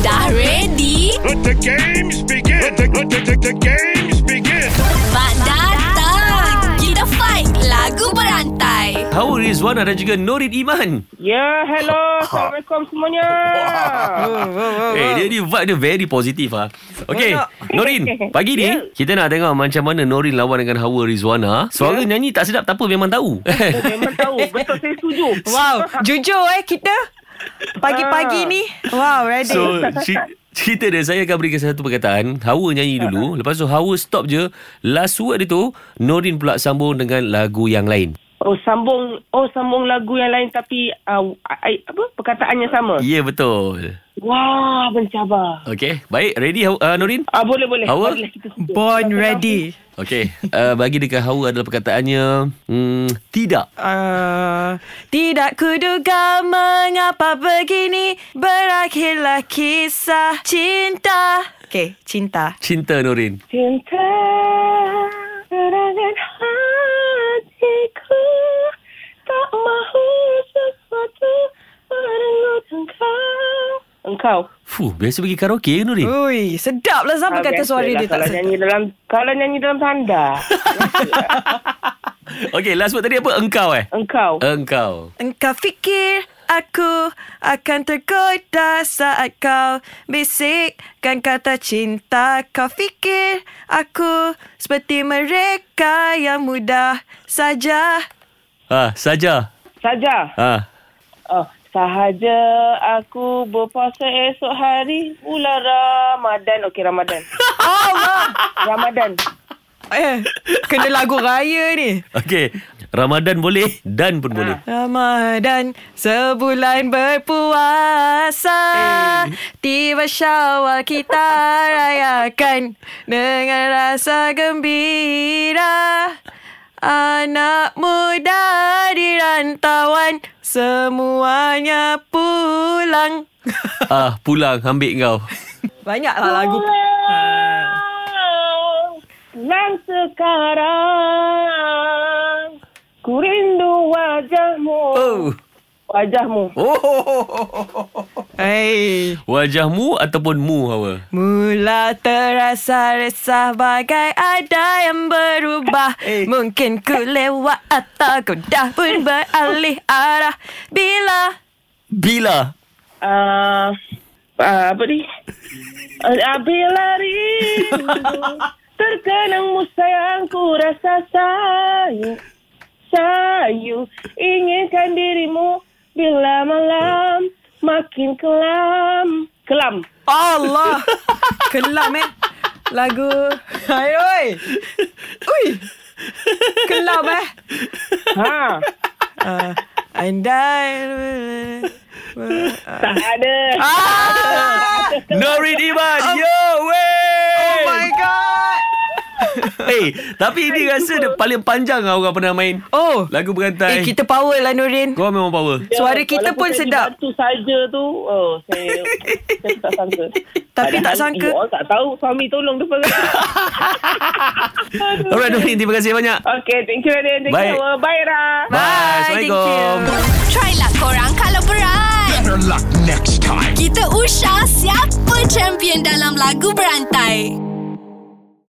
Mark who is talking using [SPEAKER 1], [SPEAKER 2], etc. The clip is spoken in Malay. [SPEAKER 1] Dah ready?
[SPEAKER 2] Let the games begin. Let the, let the, the, the games begin.
[SPEAKER 1] Mak datang! Kita fight lagu berantai.
[SPEAKER 3] Hawa Rizwana dan juga Norin Iman.
[SPEAKER 4] Ya,
[SPEAKER 5] Ha,
[SPEAKER 4] hello. Assalamualaikum semuanya.
[SPEAKER 3] Eh, dia ni vibe dia very positif ah. Okay, Norin, pagi ni
[SPEAKER 4] Ya.
[SPEAKER 3] kita nak tengok macam mana Norin lawan dengan Hawa Rizwana. Suara nyanyi tak sedap tak apa memang tahu.
[SPEAKER 4] Memang tahu. Betul saya setuju.
[SPEAKER 5] Wow, jujur eh kita pagi-pagi ni. Wow, ready. So,
[SPEAKER 3] So, ci- cerita dia saya akan berikan satu perkataan. Hawa nyanyi dulu, lepas tu Hawa stop je. Last word dia tu, Norin pula sambung dengan lagu yang lain.
[SPEAKER 4] Oh, sambung oh sambung lagu yang lain tapi uh, I, apa perkataannya sama.
[SPEAKER 3] Ya, yeah, betul.
[SPEAKER 4] Wah, mencabar.
[SPEAKER 3] Okay, baik. Ready Hawa- uh, Norin?
[SPEAKER 4] Ah, boleh boleh.
[SPEAKER 3] Awal?
[SPEAKER 4] Marilah kita setuju.
[SPEAKER 5] Born ready.
[SPEAKER 3] Okay, uh, bagi dekat Hawa adalah perkataannya, hmm, tidak.
[SPEAKER 5] Uh, tidak kuduga mengapa begini berakhirlah kisah cinta. Okay, cinta.
[SPEAKER 3] Cinta Norin.
[SPEAKER 4] Cinta serangan hatiku tak mahu sesuatu merenggut engkau. Engkau.
[SPEAKER 3] Fuh, biasa pergi karaoke ke
[SPEAKER 5] Oh,
[SPEAKER 3] Nurin?
[SPEAKER 5] Ui, sedap lah siapa
[SPEAKER 4] Ah,
[SPEAKER 5] kata
[SPEAKER 4] biasalah
[SPEAKER 5] suara dia tak
[SPEAKER 4] kalau
[SPEAKER 5] sedap.
[SPEAKER 4] nyanyi dalam kalau nyanyi dalam tanda
[SPEAKER 3] Okay, last word tadi apa? Engkau eh?
[SPEAKER 4] engkau
[SPEAKER 3] Engkau.
[SPEAKER 5] Engkau fikir aku akan tergoda saat kau bisikkan kata cinta Kau fikir aku seperti mereka yang mudah saja
[SPEAKER 3] Ha, saja.
[SPEAKER 4] saja
[SPEAKER 3] Ha.
[SPEAKER 4] oh, sahaja aku berpuasa esok hari bulan Ramadan okey Ramadan Allah Ramadan
[SPEAKER 5] Eh, kena lagu raya ni
[SPEAKER 3] Okay. Ramadan boleh dan pun boleh.
[SPEAKER 5] Ramadan sebulan berpuasa Eh. Tiba syawal kita rayakan Dengan rasa gembira Anak muda di rantauan Semuanya pulang Ha.
[SPEAKER 3] Ah, pulang ambil kau.
[SPEAKER 5] Banyaklah lagu
[SPEAKER 4] Pulang sekarang Ku rindu wajahmu
[SPEAKER 3] Oh.
[SPEAKER 4] Wajahmu
[SPEAKER 5] Oh. Hey.
[SPEAKER 3] Wajahmu ataupun mu Hawa?
[SPEAKER 5] Mula terasa resah bagai ada yang berubah Mungkin ku lewat atau ku dah pun beralih arah Bila
[SPEAKER 3] Bila?
[SPEAKER 4] uh, uh, apa ni? Uh, bila rindu terkenangmu sayangku rasa sayu sayu inginkan dirimu bila malam makin kelam kelam
[SPEAKER 5] Allah Kelam eh Lagu Hai oi Ui Kelam eh
[SPEAKER 4] ha
[SPEAKER 5] uh, Andai
[SPEAKER 4] tak ada
[SPEAKER 5] Ah, Oh!
[SPEAKER 3] Norin Iman! Yo, wey!
[SPEAKER 5] Oh my god
[SPEAKER 3] Hey, Eh, tapi ini rasa dia paling panjang lah orang pernah main.
[SPEAKER 5] Oh
[SPEAKER 3] Lagu berantai.
[SPEAKER 5] Eh kita power lah Nurin
[SPEAKER 3] Kau memang power.
[SPEAKER 5] Suara kita
[SPEAKER 4] Walaupun
[SPEAKER 5] pun
[SPEAKER 4] saya
[SPEAKER 5] sedap.
[SPEAKER 4] dibantu saja tu oh saya, saya tak sangka
[SPEAKER 5] Tapi tak
[SPEAKER 4] Padahal
[SPEAKER 5] sangka.
[SPEAKER 4] you all tak tahu suami tolong dia Aduh.
[SPEAKER 3] Alright, Norin. Terima kasih banyak.
[SPEAKER 4] Okay, thank you, Raden. Thank
[SPEAKER 3] Baik.
[SPEAKER 4] you. Awal. Bye, Ra.
[SPEAKER 3] Bye. Assalamualaikum.
[SPEAKER 5] thank you.
[SPEAKER 1] Try lah korang kalau berat.
[SPEAKER 2] Better luck next time.
[SPEAKER 1] Kita usah siapa champion dalam lagu berantai.